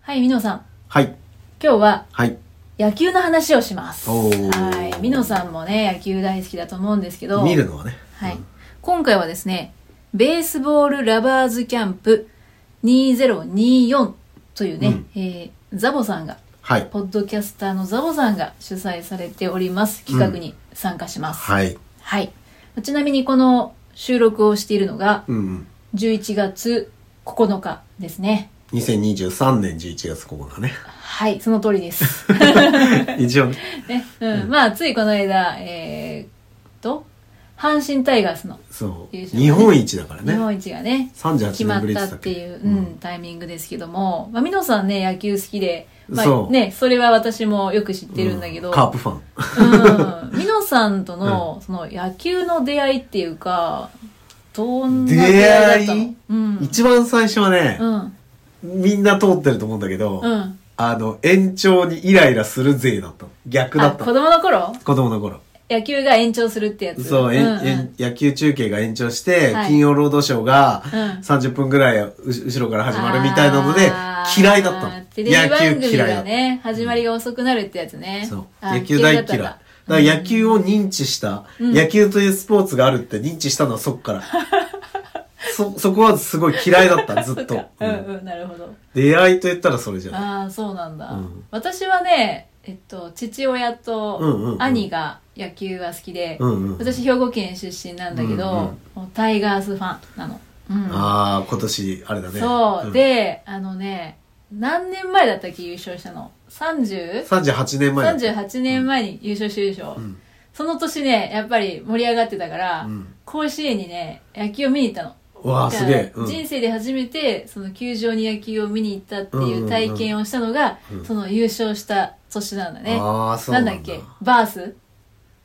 はい、みのさん。はい。今日ははい。野球の話をします。おーはい。みのさんもね、野球大好きだと思うんですけど。見るのはね。はい。今回はですね、ベースボールラバーズキャンプ2024というね、うんえーザボさんが、はい。ポッドキャスターのザボさんが主催されております企画に参加します。はい。はい。ちなみにこの収録をしているのがうん。 11月9日ですね。 2023年11月9日ね。 はい、その通りです。一応ね。ね、うん、まあ、ついこの間、えー、と、阪神タイガースのそう。優勝ね日本一だから日ね。本一がね、決38ま年ぶっりでたしったってけいう、うん、タイミングですけども、まあ、みのさんね、野球好きで、まあ、そうね、それは私もよく知ってるんだけど、うカープファン。うん、みのさんとの、その野球の出会いっていうか、どんな出会いだった出会のいうん。一番最初はねう、ん。みんな通ってると思うんだけど、うん。あの、延長にイライラする勢だったの。逆だあ、った子の。供の頃子供の頃。野球が延長するってやつ。そう、えんんんえん野球中継が延長して、はい金曜ロードショーがうん30分ぐらい後後ろから始まるみたいなのであ、ー嫌いだったの。テレビ番野球組嫌いだがった。ね、始まりが遅くなるってやつね。そう。あ野球大嫌い。だだっかたら野球を認知した、野球というスポーツがあるって認知したのはそこ から。そ、そこはすごい嫌いだった、ずっと。ううんんうん、なるほど。出会いと言ったらそれじゃない。ああ、そうなんだうん。私はね、えっと、父親うんうんうとん兄が野球が好きでう、んうん。私兵庫県出身なんだけうんうんど、もうタイガースファンなの。うんああ、今年、あれだね。そう。ん、で、あのね、何年前だったっけ優勝したの ?30? 38年前だった。 38年前に優勝してるでしょ、んその年ねやっぱり盛り上がってたから、うん甲子園にね野球を見に行ったのわあ、すげえ。うん人生で初めてその球場に野球を見に行ったってうんうんいううん体験をしたのが、うんその優勝した年なんだね、ああ、そうななんんだだ。っけバース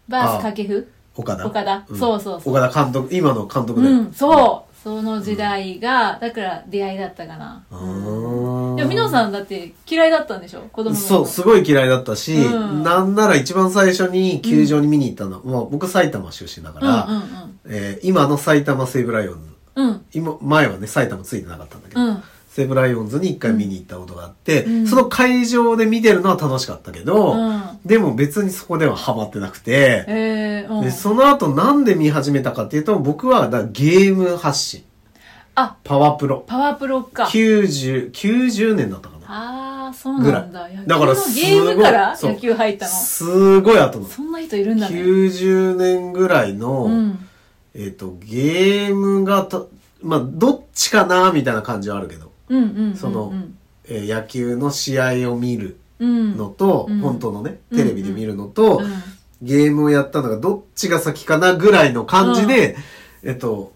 バースああ掛布岡田。岡田、うんそうそうそう岡田監督、今の監督だうよ。んそうその時代が、だから出会いだったかなあーでも美濃さんだって嫌いだったんでしょ子供の頃そう、すごい嫌いだったし、うんなんなら一番最初に球場に見に行ったのは、まあ僕埼玉出身だうかんら、えー今の埼玉西武ライオンズ、うんうん今、前はね、埼玉ついてなかったんだうけど、んうん西武ライオンズに一回見に行ったことがあって、うんその会場で見てるのは楽しかったけど、うんでも別にそこではハマってなくて、えー、うでん。その後なんで見始めたかっていうと、僕はだからゲーム発信、あ、パワープロ、パワープロか。 90、90年だったかな。ああ、そうなんだ。野球だかのらゲームからすごいそう野球入ったの。すごい後の。そんな人いるんだね。 90年ぐらいの、うん。えっ、と、ゲームがた、まあ、どっちかな、みたいな感じはあるけど、うんうんうんうん。そのえー野球の試合を見るうん。のと、うん本当のね、うんテレビで見るのと、うんゲームをやったのがどっちが先かな、ぐらいの感じで、えっと、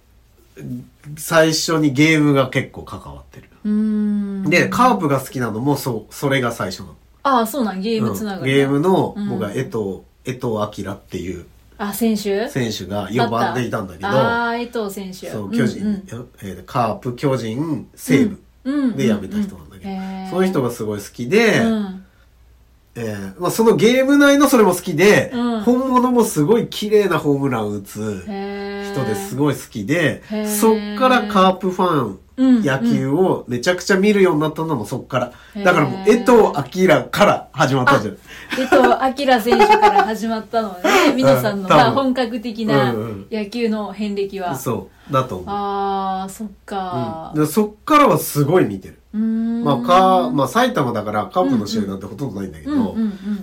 最初にゲームが結構関わってる。うーん。で、カープが好きなのも、そう、それが最初なの。ああ、そうなん、ゲームつながうんりだ。ゲームのうん、僕は江藤、江藤明っていうあ、選手選手が4番でいたんだけど、ああ、江藤選手。そう、巨人、うんえーカープ、巨人、西武うん。うんで辞めた人なんだけど、うんうんへーその人がすごい好きで、うん。えーまあ、そのゲーム内のそれも好きで、うん本物もすごい綺麗なホームラン打つへー人ですごい好きでへー、そっからカープファン、うん野球をめちゃくちゃ見るようになったのもそっから。うんだからもう、江藤明から始まったじゃん。江藤明選手から始まった のね。皆さんの、多分まあ、本格的なうんうん野球の遍歴は。そう、だと思う。ああ、そっかうん、でそっからはすごい見てる。うーんまあ、か、まあ、埼玉だからカープの試合なんてほとんどないんだけど、うんうんうん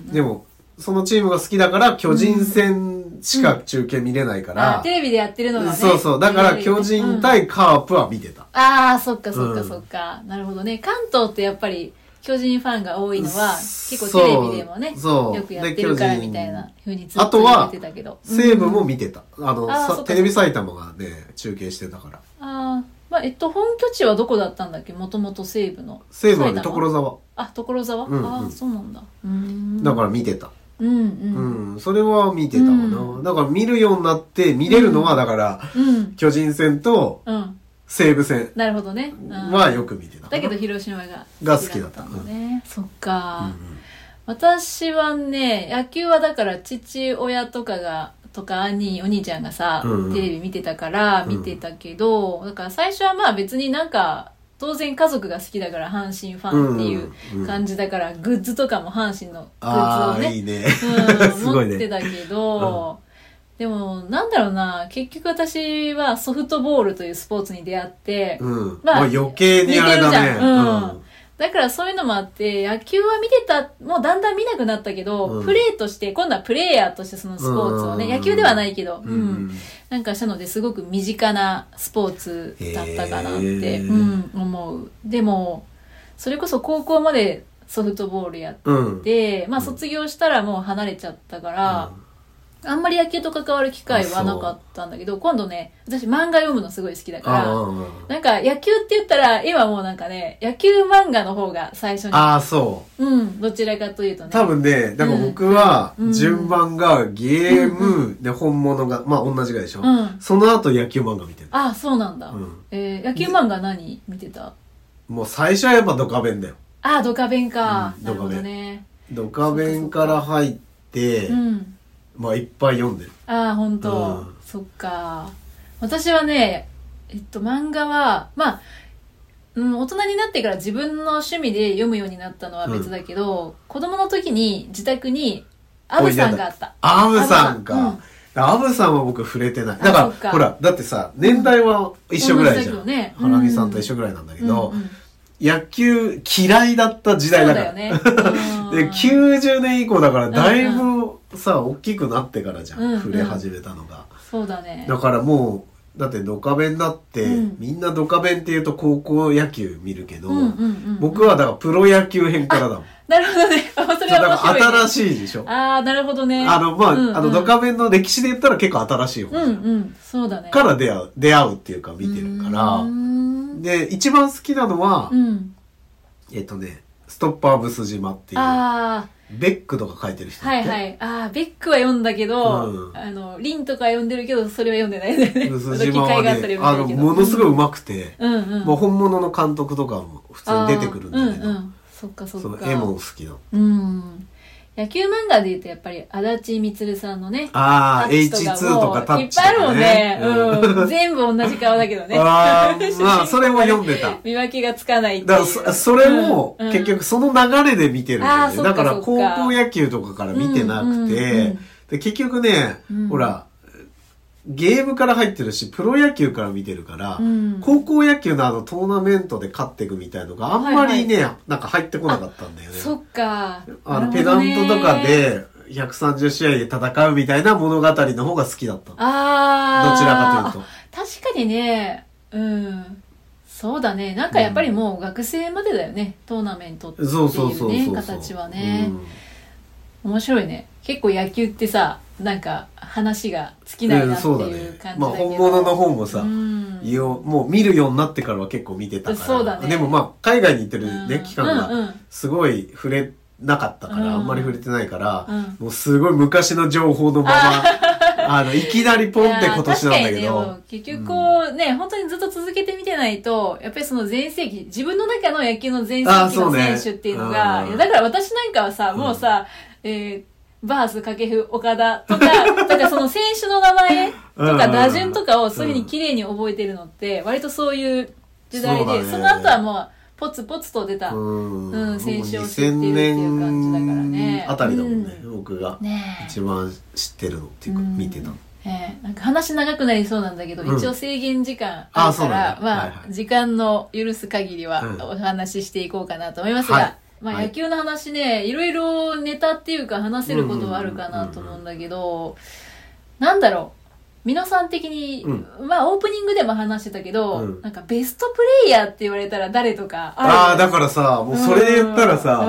うんでも、そのチームが好きだから、巨人戦しか中継見れないかあら、テレビでやってるのがねそうそう、だから巨人、対カープは見てた。うんああそっかそっかうんそっか、なるほどね関東ってやっぱり巨人ファンが多いのは結構テレビでもねそうそうよくやってるからみたいなふうにずっあとと言はってたけど西武も見てた。あの、あーさそっかテレビ埼玉がね、中継してたから。ああまあえっと本拠地はどこだったんだっけもともと西部の西武はね、埼玉所沢。あ所沢、うんうんああそうなんだうーんだから見てた。うんううんん、それは見てたかな。うだから見るようになって、見れるのは、だから、うん巨人戦とうん西武戦なるほどね、うん、はよく見てた。だけど、広島がが好きだったんだね、そっか、うんうん私はね野球はだから父親とかがとか兄お兄ちゃんがさ、うんうんテレビ見てたから見てたけど、だから最初はまあ別になんか当然家族が好きだから阪神ファンっていう感じだから、グッズとかも阪神のグッあズをあ、ねいいね。 うんすごい持ってね。たけど、でもなんだろうな結局私はソフトボールというスポーツに出会って、うん。まあまあ余計にあれだ似てるじゃんね。だからそういうのもあって野球は見てたもうだんだん見なくなったけど、うんプレーとして今度はプレイヤーとしてそのスポーツをね、うん野球ではないけど、うん。うんなんかしたのですごく身近なスポーツだったかなって、へーうん、思うでもそれこそ高校までソフトボールやっうん。て、まあ卒業したらもう離れちゃったから、あんまり野球と関わる機会はなかったんだけど今度ね私漫画読むのすごい好きだから。あなんか野球って言ったら今もうなんかね野球漫画の方が最初あにああ、そう。うんどちらかというとね多分ね、だから僕はうん、順番がゲーうム、で、本物が、まあ同じぐらいでしょうん。その後野球漫画見てる。あそうなんだ、うんえー野球漫画何見てたもう最初はやっぱドカベンだよ。あドカベンか、うんなるほどねドカベンから入ってう、んまあいっぱい読んでる。ああ本当、うんそっか私はねえっと漫画はまあ、うん、大人になってから自分の趣味で読むようになったのは別だけど、子供の時に自宅にアブさんがあったアブさアブさんんうかん。アブさんは僕触れてない。あだそっか、からほら、だってさ、年代は一緒ぐらいじゃ同じだけどんね。うんハラミさんと一緒ぐらいなんだけどうんう、ん野球嫌いだった時代だから。そうだよね、う でん90年以降だからだいぶさ、大きくなってからじゃん、うんうん触れ始めたのがそうだねだからもうだってドカベンだって、うんみんなドカベンっていうと高校野球見るけど、うんうんうん僕はだからプロ野球編からだもんなるほどね あそれだかは面白い、らね、新しいでしょああなるほどねあのまあ,、うんうんあのドカベンの歴史で言ったら結構新しい方じゃうんんうんそうだねから出会う出会うっていうか見てるからうーんで一番好きなのは、うんえっとねストッパーブス島っていうあベックとか書いてる人あはいいはいああベックは読んだけど、うんあのリンとか読んでるけどそれは読んでないんだよね鈴島はあの機会があったらね、あ読の、んでものすごいい上手くて、うんうんもう本物の監督とかも普通に出てくるんだけあど、ーうんうんそっかそっそかの絵も好きなの。うん野球漫画で言うとやっぱり足立光さんのねああ、タッチ H2 とかタもいッっチとぱいあるもかんねね。、 うん、全部同じ顔だけどねああ、まあ、それも読んでた。見分けがつかないっていうだからそ、それも、うんうん結局その流れで見てるんだあーよそね。っかだからそっか高校野球とかから見てなうくんうんうんうてん、で結局ねうん、ほら、ゲームから入ってるし、プロ野球から見てるからうん、高校野球のあのトーナメントで勝っていくみたいのがあんまりね、なんか入ってこなかったんだよね。そっかあの、なるペほナどンねトとかで130試合で戦うみたいな物語の方が好きだったの。どああちらかというと。確かにねうんそうだねなんかやっぱりもう学生までだよね、トーナメントっていうねそうそうそうそうそう。形はねう、ん面白いね結構野球ってさなんか話が尽きないなっていう感じまあだけど、本物の方もさ、うんいやもう見るようになってからは結構見てたから。そうだねでもまあ、海外に行ってるね、うん期間うんうが、んすごい触れなかったから、うんあんまり触れてないから、うんもうすごい昔の情報のまま、 あの、いきなりポンって今年なんだけいやー確かにねもどう、結局こうね、本当にずっと続けてみてないと、やっぱりその全盛期、自分の中の野球の全盛あー期そのうね選手っていうのが、うんいやだから私なんかはさ、もうさ、えー、バース、掛布、岡田と か、だからその選手の名前とうんか打順とかをそういうふうに綺麗に覚えてるのって、割とそういう時代そうだで、ねその後はもう、ポツポツと出た。うんうん選手を知ってるって2000いう感じだからね年あたりだもんね、僕がねえ。一番知ってるのっていうか、うん見てたのえーなんか話長くなりそうなんだけど、うん一応制限時間ああるから、そうなんだまあ、はいはい時間の許す限りはうんお話ししていこうかなと思いますが、はいまあはい野球の話ね、いろいろネタっていうか話せることはあるかなと思うんだけど、なんだろう、皆さん的に、うまあオープニングでも話してたけど、うんなんかベストプレイヤーって言われたら誰とかああーだら、からさもうそれで言ったらさ、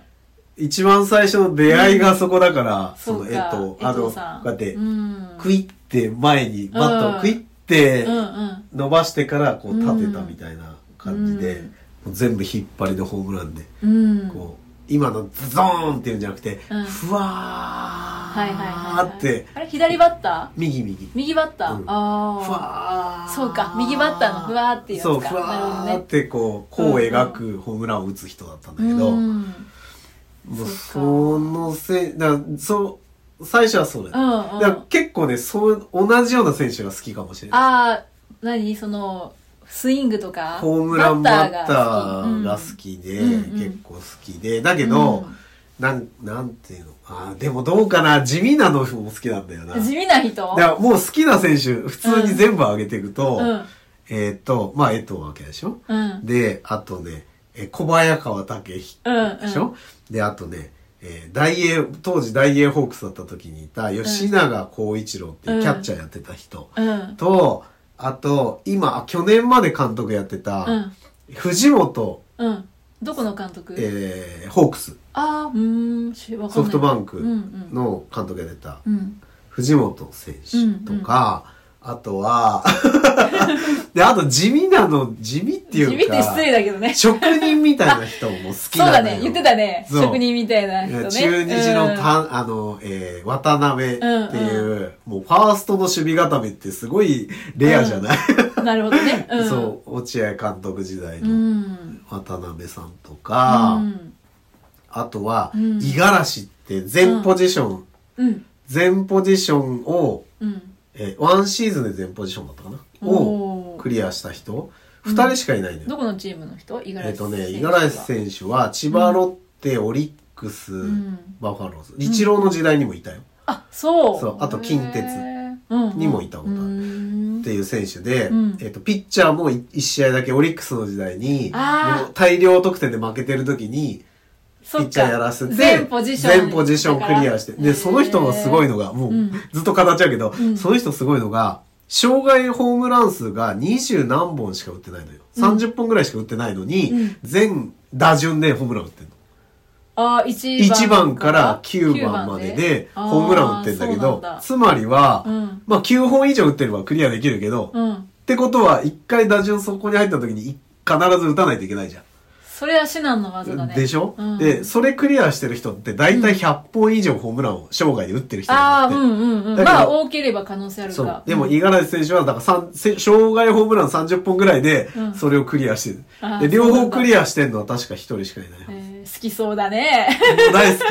うん一番最初の出会いがそこだから、そそうか、のえっとあ江の藤こさんうやって、うんクイって前にバットをうんクイってうんうん伸ばしてからこう立てたみたいな感じで、うんもう全部引っ張りのホームランで、うんこう今のズドーンっていうんじゃなくて、うんふわはいはいはい、はーい、って、あれ左バッター右右右バッター、うんあふあわーそうか右バッターのふわーっていうやつかそうふわーってこうこう描くホームランを打つ人だったんだけど、うん、うもんそうそのせいだそう最初はそうだよ、だからあ結構ねそう同じような選手が好きかもしれないあー何そのスイングとか、ホームランバッタ好ーきが好きで、うんうん結構好きで、だけど、なん、なんていうのあーでもどうかな地味なのも好きなんだよな。うん地味な人だからもう好きな選手、普通に全部上げていくと、うん。えっ、と、まあ、江藤わけでしょ、うん。で、あとね、え小早川武彦でしょ、うんで、あとね、えー大英、当時大英ホークスだった時にいた吉永光一郎っていうキャッチャーやってた人うん。と、あと、今、あ去年まで監督やってた、うん。藤本、うん。どこの監督えーホークス、ああ、うーんし、わかんない。ソフトバンクうんうん。の監督やってたうん。藤本選手とか、あとは、 で、あと地味なの、地味ってい地うか、味って失礼だけどね。職人みたいな人も好きそなうのだよね。言ってたね。そう職人みたいな人ね。中日のうんた、あの、えー渡辺っていう、うもうファーストの守備固めってすごいレアじゃない、なるほどね。んそう、落合監督時代うのん。渡辺さんとか、うん。あとは、うん五十嵐って全ポジション、うん。全ポジションを、うん。えーワンシーズンで全ポジションだったかなおをークリアした人、二人しかいないのよ。どこのチームの人五十嵐えっ、とね、選手五十は嵐選手は千葉ロッテ、オリックス、んバファローズ。イチローの時代にもいたよ。あ、そう。そうあと近鉄へーにもいたことあるうんうんっていう選手で、うんえっ、と、ピッチャーも1試合だけオリックスの時代に、あーもう大量得点で負けてる時に、ピそっッかチャーやらせて、全ポジション。全ポジションクリアして。で、その人のすごいのが、もう、うんずっと語っちゃうけど、うんその人すごいのが、障害ホームラン数が20何本しか打ってないのよ。30本ぐらいしか打ってないのに、うん全打順でホームラン打ってるの。あー、一番。 1番から9番までであーホームラン打ってんだけそうどなんだ、つまりは、うんまあ9本以上打ってればクリアできるけど、っうん。てことは1回打順そこに入った時にい必ず打たないといけないじゃん。それは至難の技だね。でしょ、うんで、それクリアしてる人って大体100本以上ホームランを生涯で打ってる人あなあ、んうだって。んうんうん。だけどまあ、多ければ可能性あるそかう。。でも、五十嵐選手は、だから三、せ障害ホームラン30本ぐらいでうん、それをクリアしてる。あーで、両方クリアしてんのは確か一人しかいない。えー好きそうだね。もう大好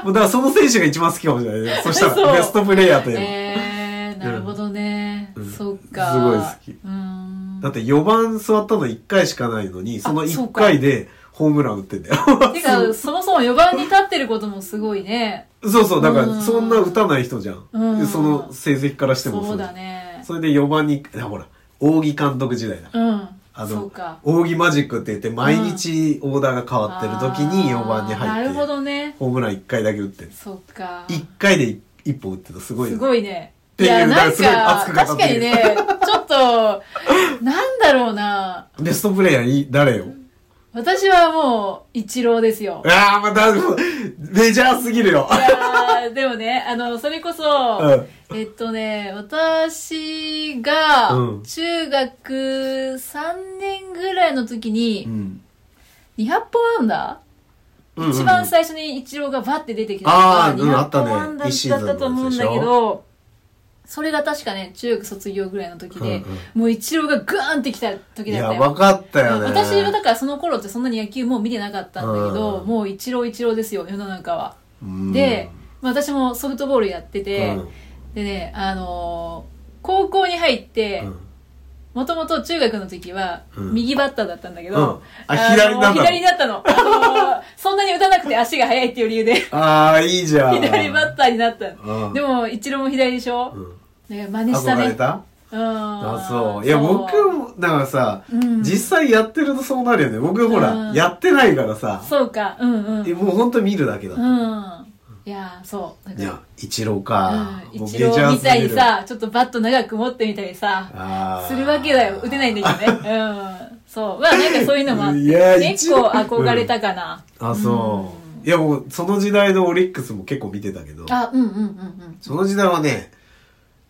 き。もうだからその選手が一番好きかもし れない。そしたそらうベストプレイヤーといえば。えー、なるほどね。うんそっか。すごい好きうーん。だって4番座ったの1回しかないのに、そのそう1か回でホームラン打ってんだよ。て か、そもそも4番に立ってることもすごいね。そうそう、だかうらんそんな打たない人じゃん。うんその成績からしてもそうじゃだんね。それで4番に、あほら、扇監督時代だ。うん。あそうのか。、扇マジックって言って毎日オーダーが変わってる時に4番にあー入なるほって、どね。ホームラン1回だけ打ってる。そっか。 1回で1本打ってたすごいよすね。ごいね。っていうなんだからすごい熱く語確っかてにるね、ちょっと、なんだろうな。ベストプレイヤーい誰よ私はもう、一郎です よ。ああ、また、メジャーすぎるよ。いやーでもね、あの、それこそ、うんえっとね、私がうん、中学3年ぐらいの時にう、ん。 200本アンダうんうんー一番最初にイチローがバッて出てきたあーうんあ200ったね本アンダーだったと思うんだけ一シーズンのど、それが確かね、中学卒業ぐらいの時で、うんうんもうイチローがガーンってきたい時だや、ったよ。わかったよね。私はだからその頃ってそんなに野球もう見てなかったんだけど、うんもうイチローイチローですよ、世の中は。うんで、まあ、私もソフトボールやってて、うんでね、あのー高校に入ってうん、もともと中学の時はうん右バッターだったんだけど、うんあのー左なんだ左になったの。あのー そんなに打たなくて足が速いっていう理由で、ああ、いいじゃん。左バッターになったの。うんでも、一郎も左でしょ、うんだから真似した憧ね。れたうん。ああ、そう。いや、僕も、だからさ、うん実際やってるとそうなるよね。僕ほうん、らやってないからさ、そうか、うんうん。えもうほんと見るだけだ。うん。いやー、そう。だいからや、イチローか。うん、もう一メジャ郎ーみすぎるたいに、さ、ちょっとバット長く持ってみたりさ、あーするわけだよ。打てないんだけ どね。うん。そう。まあなんかそういうのもあっいやて、結構一応憧れたかな。あ、そう。いや、もう、その時代のオリックスも結構見てたけど、あ、うんうんうんうん。その時代はね、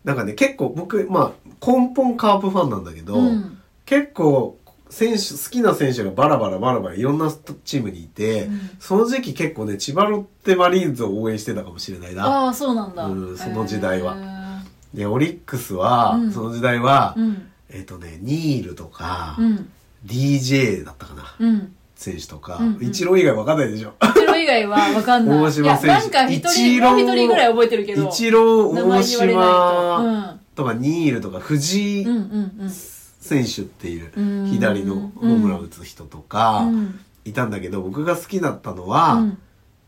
なんかね、結構僕、まあ、根本カープファンなんだけど、うん結構、選手、好きな選手がバラバラバラバラいろんなチームにいて、うんその時期結構ね、千葉ロッテマリーンズを応援してたかもしれないな。ああ、そうなんだ。うんその時代はへで、オリックスは、うんその時代は、ーうん。えっ、とね、ニールとか、うん。 DJ だったかな、うん。選手とか、うんうんイチロー以外わかんないでしょ。一郎以外はわかんない。大島選手いや、なんか一一人、郎もう一人ぐらい覚えてるけど。イチロ名ー、大前言われないと島とかニールとか藤井うん。うんうんうん。選手っていううん左のホームラン打つ人とかうんいたんだけど、僕が好きだったのは、うん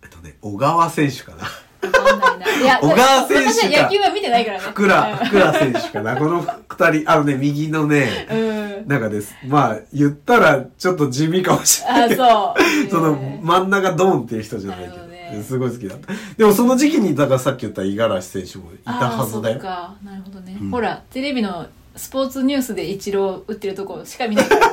えっとね、小川選手かな。わかんないな。いや、 小川選手か私は野球は見てないからね。福良、福良選手かな。この二人、あのね、右のね、うん。中です。まあ、言ったらちょっと地味かもしれないあ、けど。そう。 そのね真ん中ドンっていう人じゃないけなど、るほどねすごい好きだった。でもその時期に、だからさっき言った五十嵐選手もいたはずだあーそっよ。か。なるほどねうん。ほら、テレビのスポーツニュースでイチロー打ってる とこしか見ないから。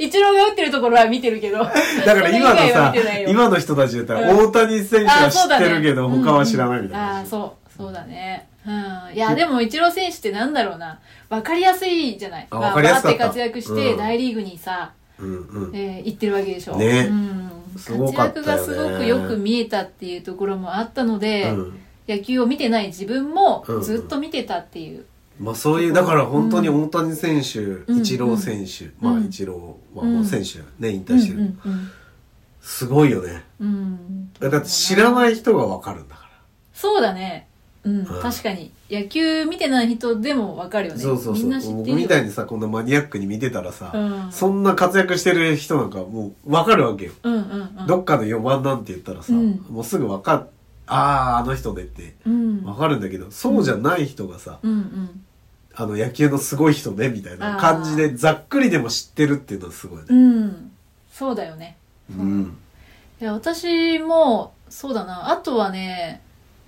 イチローが打ってるところは見てるけ ど。だかだから今のさ、の今の人たちで言ったらう大谷選手は知ってるけど、他は知らないみたいな。あーそう。そうだね。うん。いや、でも、イチロー選手ってなんだろうな。わかりやすいじゃない。あまあわかりやすかったバーって活躍して、うん大リーグにさ、うんうん。えー行ってるわけでしょ。ねうん。すごかったよね活躍がすごくよく見えたっていうところもあったので、うん野球を見てない自分もうんうんずっと見てたっていう。まあそういう、だから本当に大谷選手、うんイチロー選手、うんまあイチローはもう選手ね、引うん退してる。うんすごいよね。うんうんだって知らない人がわかるんだから。そうだね。うん、ん確かに。野球見てない人でもわかるよね。そうそうみんな知そう。って僕るみよたいにさ、こんなマニアックに見てたらさ、うんそんな活躍してる人なんかもうわかるわけよ。うんうんうん。どっかの4番なんて言ったらさ、うんもうすぐわかっ、ああ、あの人でってうん。わかるんだけど、そうじゃない人がさ、うんうん。あの野球のすごい人ね、みたいあなー感じでざっくりでも知ってるっていうのはすごいね。うん。そうだよね。うん。いや、私も、そうだな。あとはね、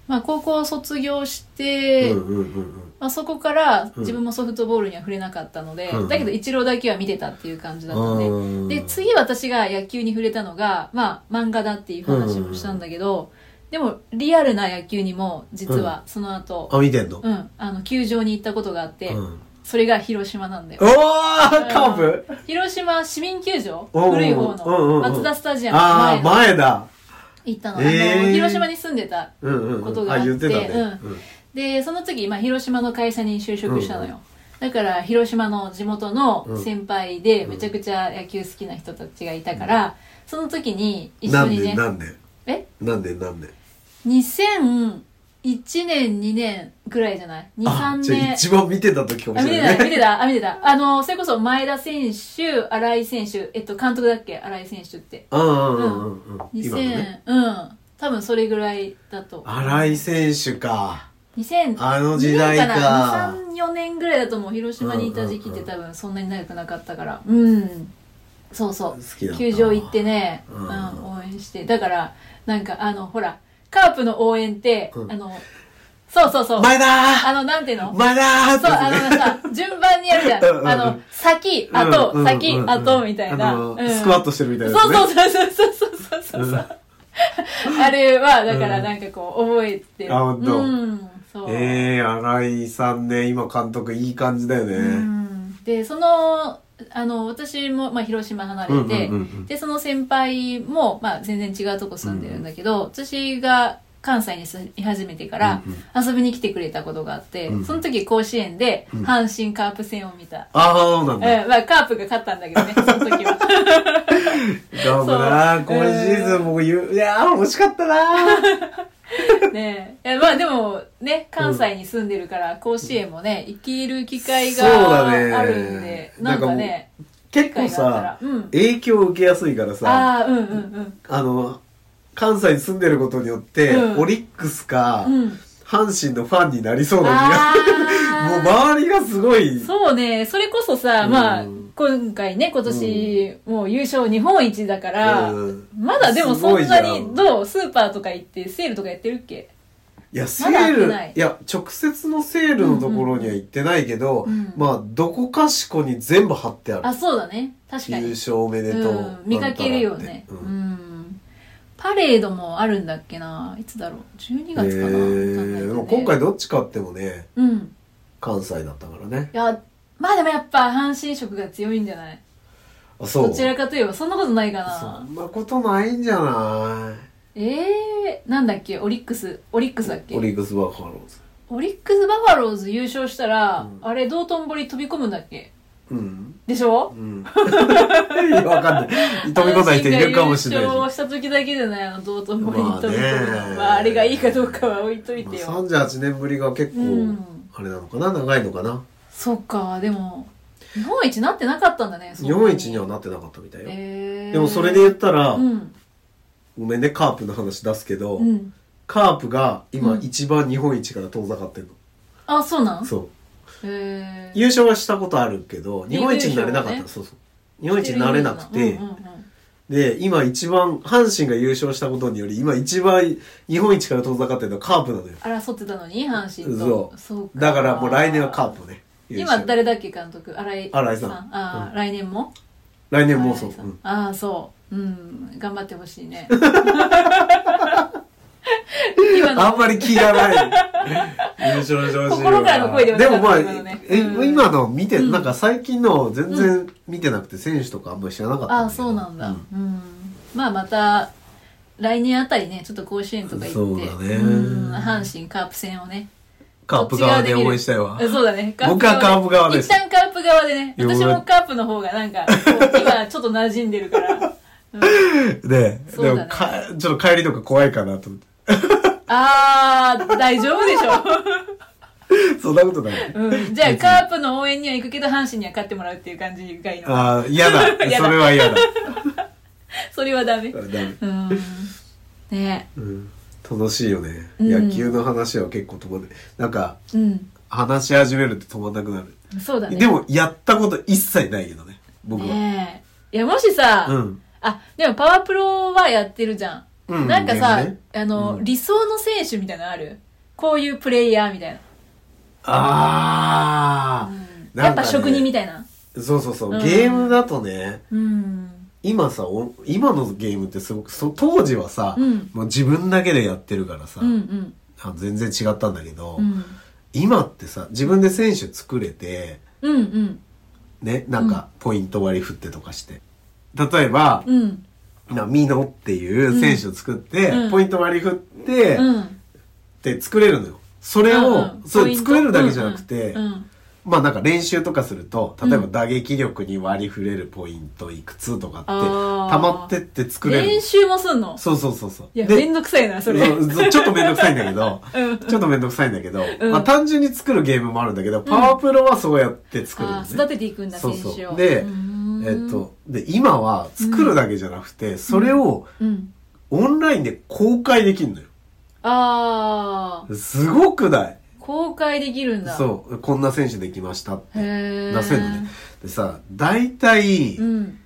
まあ、高校を卒業しうんて、うんうんうん。まあ、そこからうん自分もソフトボールには触れなかったので、うんだけどイチローだけは見てたっていう感じだったね。うんで、次私が野球に触れたのが、まあ、漫画だっていう話もしたんだけど、でも、リアルな野球にも、実は、その後、あ、見てんの、うん、あの、球場に行ったことがあって、うんそれが広島なんだおよ。ーカープ広島市民球場おうおう古い方うんうんうの、ん松田スタジアムああ、の前の前だ。行ったの。あえの、ー広島に住んでた。うんうん、うん。ことがあって言ってたね。うんで、その次、まあ、広島の会社に就職したのよ。だから、広島の地元の先輩で、うんめちゃくちゃ野球好きな人たちがいたから、その時に一緒何に年ね、何年え何年何年2001年2年ぐらいじゃない2、あ3じゃあ年。一番見てた時かもあ、し見てれたな、い見ね。てた、あ、見てた。あの、それこそ前田選手、新井選手、えっと、監督だっけ新井選手って。うんうんうんうんうん。 2000、今のね。うん。多分それぐらいだと。荒井選手か。 2000あの時代か234年ぐらいだともう広島にいた時期って多分そんなに長くなかったからうんそうそ好きだうった球場行ってね、ううんん応援してだからなんかあのほらカープの応援って、うんあのそうそうそう前だあのなんていうのー前だーってそう、やつあねのさ、順番にやるじゃうんうんうんん。あの、先、あうんうんうと、ん先、あと、みたいあな。のうんスクワットしてるみたいなやつそうね。そうそうそうそうそうそうそう。あれは、だからなんかこう、覚えてる。あ本当うん、そう。うんええー、荒井さんね、今監督いい感じだよね。うんでそのあの私も、まあ、広島離れて、うんうんうんうんでその先輩も、まあ、全然違うとこ住んでるんだけど、私が関西に住み始めてから遊びに来てくれたことがあって、うんその時甲子園でん阪神カープ戦を見た、ああ、そうなんうんだ。まあ、カープが勝ったんだけどね その時はそう頑張なー。今シーズン僕言う、いやー、惜しかったなー。ねえいやまあでもね関西に住んでるから甲子園もね行ける機会そうだねがあるんで、なんかね結構機会があさったらうん、影響を受けやすいからさ、ああうんうんあの、関西に住んでることによって、うんオリックスか、うんうん阪神のファンになりそうな気あが。ー もう周りがすごい。そうね、それこそさ、うんまあ、今回ね、今年、もう優勝日本一だから、うんまだでもそんすごないじゃんに、どうスーパーとか行って、セールとかやってるっけいや、セまだ会ーっル、ていないや、直接のセールのところには行ってないけど、うんうんまあ、どこかしこに全部貼ってある。あ、そうだね。確か優に。勝おめでとう。うん、見かけるよね、なうんんたらってパレードもあるんだっけないつだろう ?12 月かな、わえかんないけー、どでねも今回どっち勝ってもね、うん。関西だったからね。いや、まあでもやっぱ、阪神色が強いんじゃないあ、そう。どちらかといえば、そんなことないかそなんなことないんじゃなええー、なんだっけオリックス、オリックスだっいけオリックスバファローズ。オリックス・バファローズ優勝したら、うんあれ道頓堀飛び込むんだっけうん。でしょうん。 いやわかんない。飛び込んない人いるかもしれない阪神が優し。勝した時だけじゃないあの道頓堀に飛び込むのまあまねあ、あれがいいかどうかは置いといまてよ、あ、38年ぶりが結構、うんあれなのかな長いのかなそっかでも日本一なってなかったんだね日本一にははなってなかったみたいよ。えー、でもそれで言ったら、うんごめんね、カープの話出すけど、うんカープが今うん一番日本一から遠ざかってるの。あそうなんそう。へえ優勝はしたことあるけど、日本一になれなかっリた。ーグ優勝はねそうそう。日本一になれなくて、うんうんうんで、今一番、阪神が優勝したことにより、今一番日本一から遠ざかってるのはカープなのよ。争ってたのに阪神そとうそうだからもう来年はカーププね。今優勝誰だっけ監督新井新井さんああ、来年も来年もそう。新井さうんんああそううん頑張ってほしい ね今あんのまり気がない。優勝して ほしいわ心からの声ではなでかもっまあた今のね、えうん今の見て、うんなんか最近の全然見てなくて、選手とかあんまり知らなかっただけど。ああそうなんだうん、まあまた来年あたりねちょっと甲子園とか行ってそうだねうん阪神カープ戦をねカープ側で応援したいわ え。そうだね。僕はカープ側で一す旦カープ側でね。いや私俺もカープの方がなんか、こう今ちょっと馴染んでる から。うん、で、そうでだねもか、ちょっと帰りとか怖いかなと思って。あー、大丈夫でしょ。そんなこと ない。うん、じゃあカープの応援には行くけど、阪神には勝ってもらうっていう感じがいいの。ああ、嫌だ。そ嫌だれは嫌だ。それはダメ。ダうメん。ねうん楽しいよね。うん野球の話は結構止まんない。なんか、うん。話し始めると止まんなくなる。そうだね。でも、やったこと一切ないけどね。僕は。ねえ。いや、もしさ、うん。あ、でもパワープロはやってるじゃん。うんなんかさ、ゲームねあの、うん理想の選手みたいなのあるこういうプレイヤーみたいな。あうんあ。やっぱ職人みたいたいな。な。そうそうそうう。んゲームだとね、うん。今さ、お今のゲームってすごく、そ当時はさうん、もう自分だけでやってるからさうんう、ん。あ全然違ったんだけどう、ん今ってさ、自分で選手作れて、うんうん。ね、なんか、ポイント割り振ってとかして。例えば、うん。なミノっていう選手を作って、うんポイント割り振って、うん。で作れるのよ。それを、うんうんそポれイント作れるだけじゃなくて、うんうんまあなんか練習とかすると、例えばうん打撃力に割り振れるポイントいくつとかって、あ溜ーまってって作れる練の。習もすんのそうそうそうそう。いや、でめんどくさいな、それ。そうそうちょっとめんどくさいんだけど、うんちょっとめんどくさいんだけど、うんまあ単純に作るゲームもあるんだけど、パワープロはそうやって作るのあね。ー育てていくんだ、そ選うそう手を。でうーんえっ。と、で、今は作るだけじゃなくて、それをうん。オンラインで公開できるのよ。ああ、すごくない公開できるんだ。そう、こんな選手できましたってへー出せるのね。でさ、大体、うん。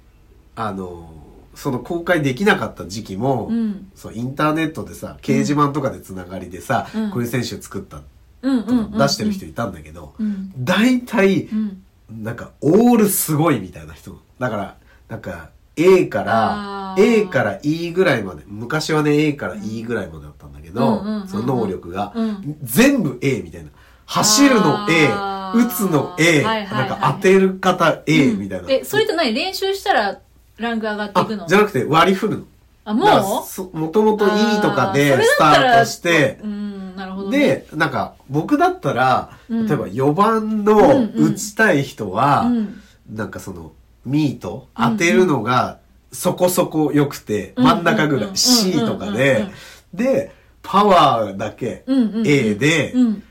あの、その公開できなかった時期も、うん。そう、インターネットでさ、掲示板とかでつながりでさ、うんこういう選手を作ったとうんうんうん。か出してる人いたんだけど、うん。大体う、ん。なんか、オールすごいみたいな人。だから、なんか、A からあ、ー A から E ぐらいまで、昔はね、A から E ぐらいまでだったんだけうんうんうんうど、んその能力がうん、全部 A みたいな。走るの A あ、ー打つのは A、いはいはないんか当てる方 A みたいな。え、それって何練習したらランク上がっていくあの、じゃなくて割り振るの。あ、もうだからそもともと E とかであースそタれだったらートして、うん、なるほど、ね。、で、なんか、僕だったら、うん例えば4番うんのうん打ちたい人は、うん。なんかその、ミート、当てるのがそこそこ良くて、真ん中ぐうんうんらうんい、C とうかんうんでうん、で、パワーだけうんうんうん A でう、ん。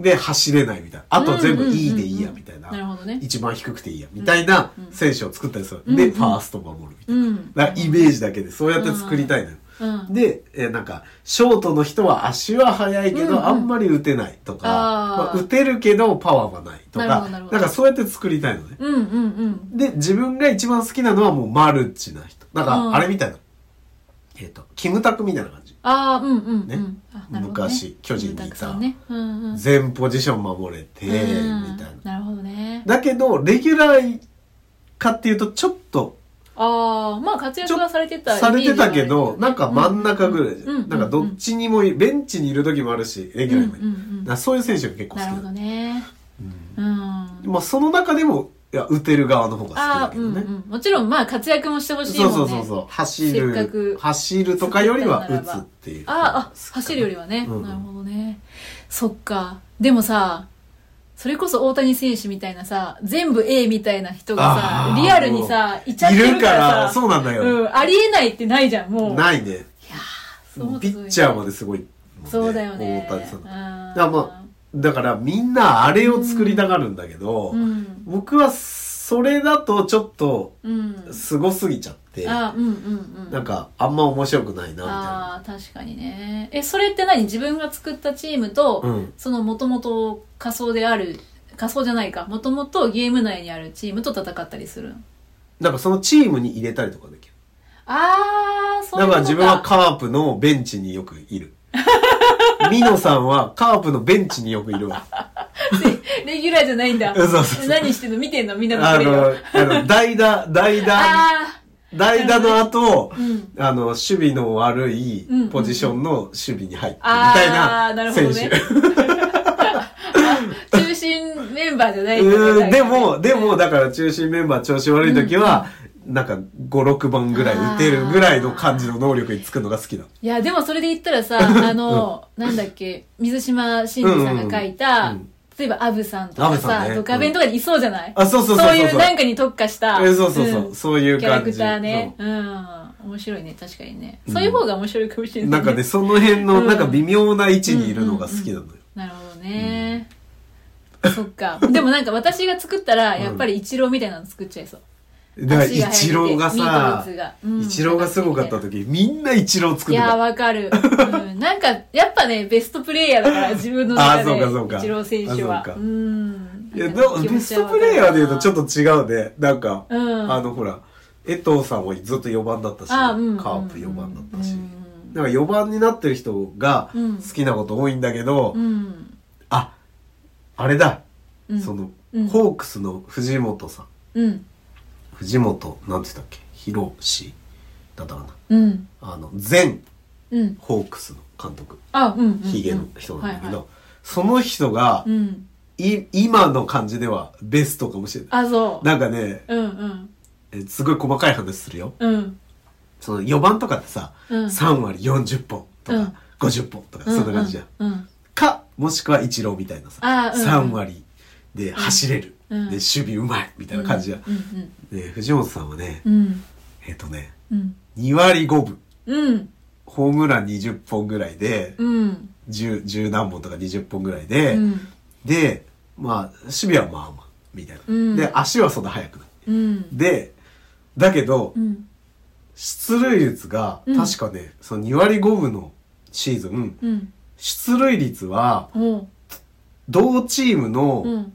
で、走れないみたいな。あと全部 E でいいや、みたいなるな。ほどね。一番低くていいや、みたいなうんうん選手を作ったりすうんうる。んで、ファースト守るみたいな。うん。だからイメージだけで、そうやって作りたいのよ。うん。で、えーなんか、ショートの人は足は速いけうんうんど、あんまり打てないとか、あーまあ打てるけどパワーはないとか、なるほどななるんほどかそうやって作りたいのね。うんうんうん。で、自分が一番好きなのはもうマルチな人。だかうんら、あれみたいな。えっ、と、キムタクみたいな感じ。ああ、うんうんうん。ねあ昔巨人にいたたくさんね。うんうん。全ポジション守れて、みたいうんな。なるほどね。だけど、レギュラーかっていうと、ちょっとああ、まあ活躍はされてたされてたけど、なんか真ん中ぐらいじゃん、うんなんかどっちにもい、ベンチにいる時もあるし、レギュラーにもいる。うんうんうんだからそういう選手が結構好きななるのほどね。うんうん。あまあ、その中でも、いや、打てる側の方が好きだあけー、どうんね。うん。もちろんまあ活躍もしてほしいそもうんね。そうそうそう。走せっかくる、走るとかよりは作打ったならばつっていう。ああ、走るよりはね、うんなるほどね。そっか。でもさ、それこそ大谷選手みたいなさ、全部 A みたいな人があさ、ーリアルにさ、いちゃっいてるるか、かららそさ、うなんだよ。うん、ありえないってないじゃん、もう。ないね。そうピッチャーまですごいもんね。そうだよね。大谷さん。だかあらまあ、だからみんなあれを作りたがるんだけどう、ん。僕はす、それだとちょっとうんすごすぎちゃって、あうんうんうんなんかあんま面白くないなああ確かにねえそれって何自分が作ったチームと、みたいな。うん。そのもともと仮想である仮想じゃないかもともとゲーム内にあるチームと戦ったりするのなんかそのチームに入れたりとかできる。ああそういうこだかとら自分はカープのベンチによくい る。ミノさんはカープのベンチによくいるわ。レギュラーじゃないんだ そうそうそう何してんの見てんのみんなのあプレーをの、あの、代打、代打、あ代打の後、ーうんあの、守備の悪いうんうんうんポジションの守備に入って、みあたーいなるなほどね選手。 中心メンバーじゃないんだうーんでうも、んでも、だから中心メンバー調子悪い時は、なんか5、6番ぐらい打てるぐらいの感じの能力につくのが好きだ。いやでもそれで言ったらさあの、なんだっけ水島新司さんが書いた、うんうんうん例えばアブさんとかアブささ、んねドカベンとかにいそうじゃない、あ、そうそうそうそう。いうなんかに特化した、えそうそうそう、んそういうキャラ感クじ。ターねうん面白いね確かにね、そういう方が面白いかもしそれ うな、ないんかね、その辺の、うんなんか微妙な位置にいるのが好きなのよ。なるほどね、そっかでもなんか私が作ったらやっぱりイチローみたいなの作っちゃいそうだから、足が速くてイチローがさミート率が、うんイチローがすごかった時、みんなイチロー作いってやーた。わかる、うん、なんかやっぱねベストプレイヤーだから自分の中であーそうかそうかイチロー選手あはそうかんいや、でも、ベストプレイヤーで言うとちょっとと違うね。なんか、うんあの、ほら、江藤さんはずっと4番だったし、あーうんカープ4番だったし。うんなんか4番になってる人がうん好きなこと多いんだけど、うんあ、あれだ、うんその、うんホークスの藤本さん。うん藤本、なんて言ったっけ広志だったかな。うんあの、前うんホークスの監督、あうんうんヒゲの人なんだけど、はいはその人がい、うんい今の感じではベストかもしれない。あそうなんかね、うんうんえすごい細かい話するよ。うんその4番とかってさ、うん3割40本とうんか、50本とか、そんな感じじゃん。うんうんか、もしくはイチローみたいなさ、あーうん3割で走れる、うんで守備うまいみたいな感じじゃん。うんで藤本さんはね、うんうんえっ、とね、うん2割5分、うんホームラン20本ぐらいで、うん10、10何本とか20本ぐらいで、うんで、まあ、守備はまあまあ、みたいな。うんで、足はそんな速くない。うんで、だけど、うん出塁率が、うん確かね、その2割5分のシーズン、うん出塁率は、おう同チームうのん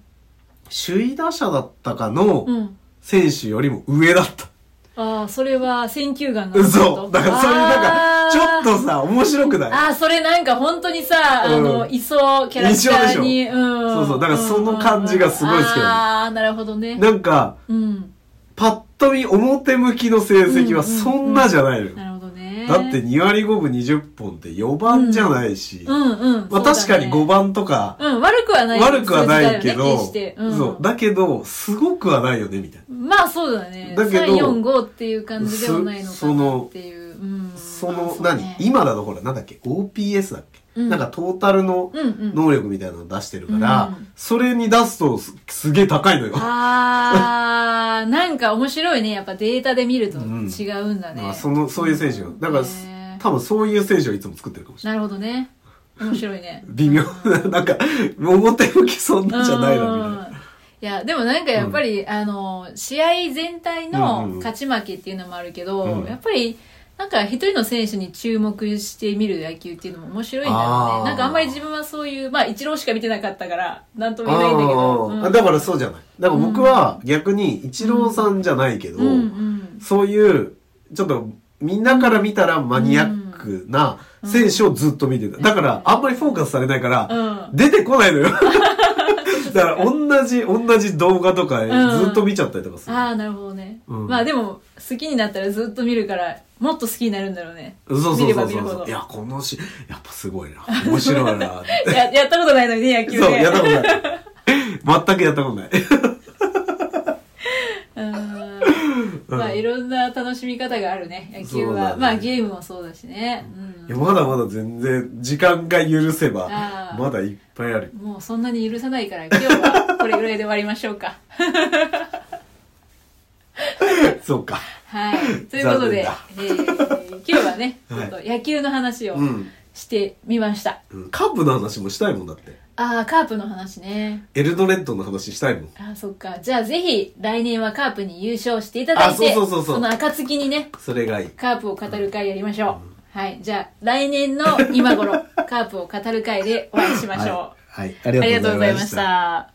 首位打者だったかのうん選手よりも上だった。ああそれは選球眼が嘘だからそういうなんか、ちょっととさ、面白くないあーそれなんか本当にさ、あの、うんいそう、キャラクターに。いうん。そうそうだからその感じがすごい好きなのああ、なるほどね。なんか、うん。パッと見表向きの成績はそんなじゃないのよ。なるほどね。だって、2割5分20本って4番じゃないし、うんうん。まあ確かに5番。番とかうん、悪くはない。悪くはないけ数字だよねど、決してうんそう、だけど、すごくはないよね、みたいな。まあそうだね。だけど3、4、5っていう感じではないのかなっていう。うん。その、そう何ね今だとほら、なんだっけ ?OPS だっけ、うんなんかトータルのうんうん。能力みたいなの出してるから、うんそれに出すとすすげえ高いのよ。あー、なんか面白いね。やっぱデータで見ると違うんだね。まあ、その、そういう選手が。だから、ね多分そういう選手をいつも作ってるかもしれない。。なるほどね。面白いね微妙な、なんか、表向きそん なじゃないな、みたいな。うんいや、でもなんかやっぱり、あの、試合全体うんのうんうん勝ち負けっていうのもあるけど、うんやっぱり、なんか一人の選手に注目して見る野球っていうのも面白いんだろあうーね。なんかあんまり自分はそういう、まあ一郎しか見てなかったから、なんともあ言えないんだけど。うんあ、だからそうじゃない。だから僕は逆に、一郎さんじゃないけど、うんうん。そういう、ちょっと、みんなから見たらマニアックな選手をずっと見てた。だから、あんまりフォーカスされないから、うん。出てこない のよ。だから、同じ、同じ動画とかんずっと見ちゃったりとかする。ああ、なるほどね。うんまあでも、好きになったらずっと見るから、もっと好きになるんだろうね。そうそうそう見れば見るほそどう。いや、このし、やっぱすごいな。面白い な。や、やったことないのにね、野球で。そう、やったことない。全くやったことない。うん うんまあいろんな楽しみ方があるね野球そうだは、ねまあゲームもそうだしね、いやまだまだ全然、時間が許せばあ、ーまだいっぱいあるう。ん、もうそんなに許さないから今日はこれぐらいで終わりましょう かそうか。はいということで、えー今日はね、 はいちょっと野球の話をうん。してみました、うんカップの話もしたいもんだって。ああ、カープの話ね。エルドレッドの話したいもん。ああ、そっか。じゃあぜひ、来年はカープに優勝していただいて、あそうそうそうそうの暁にね、それがいい。カープを語る会やりましょう。はい。じゃあ、来年 の今頃、カープを語る会でお会いしましょう。はい。はい、ありがとうございました。た。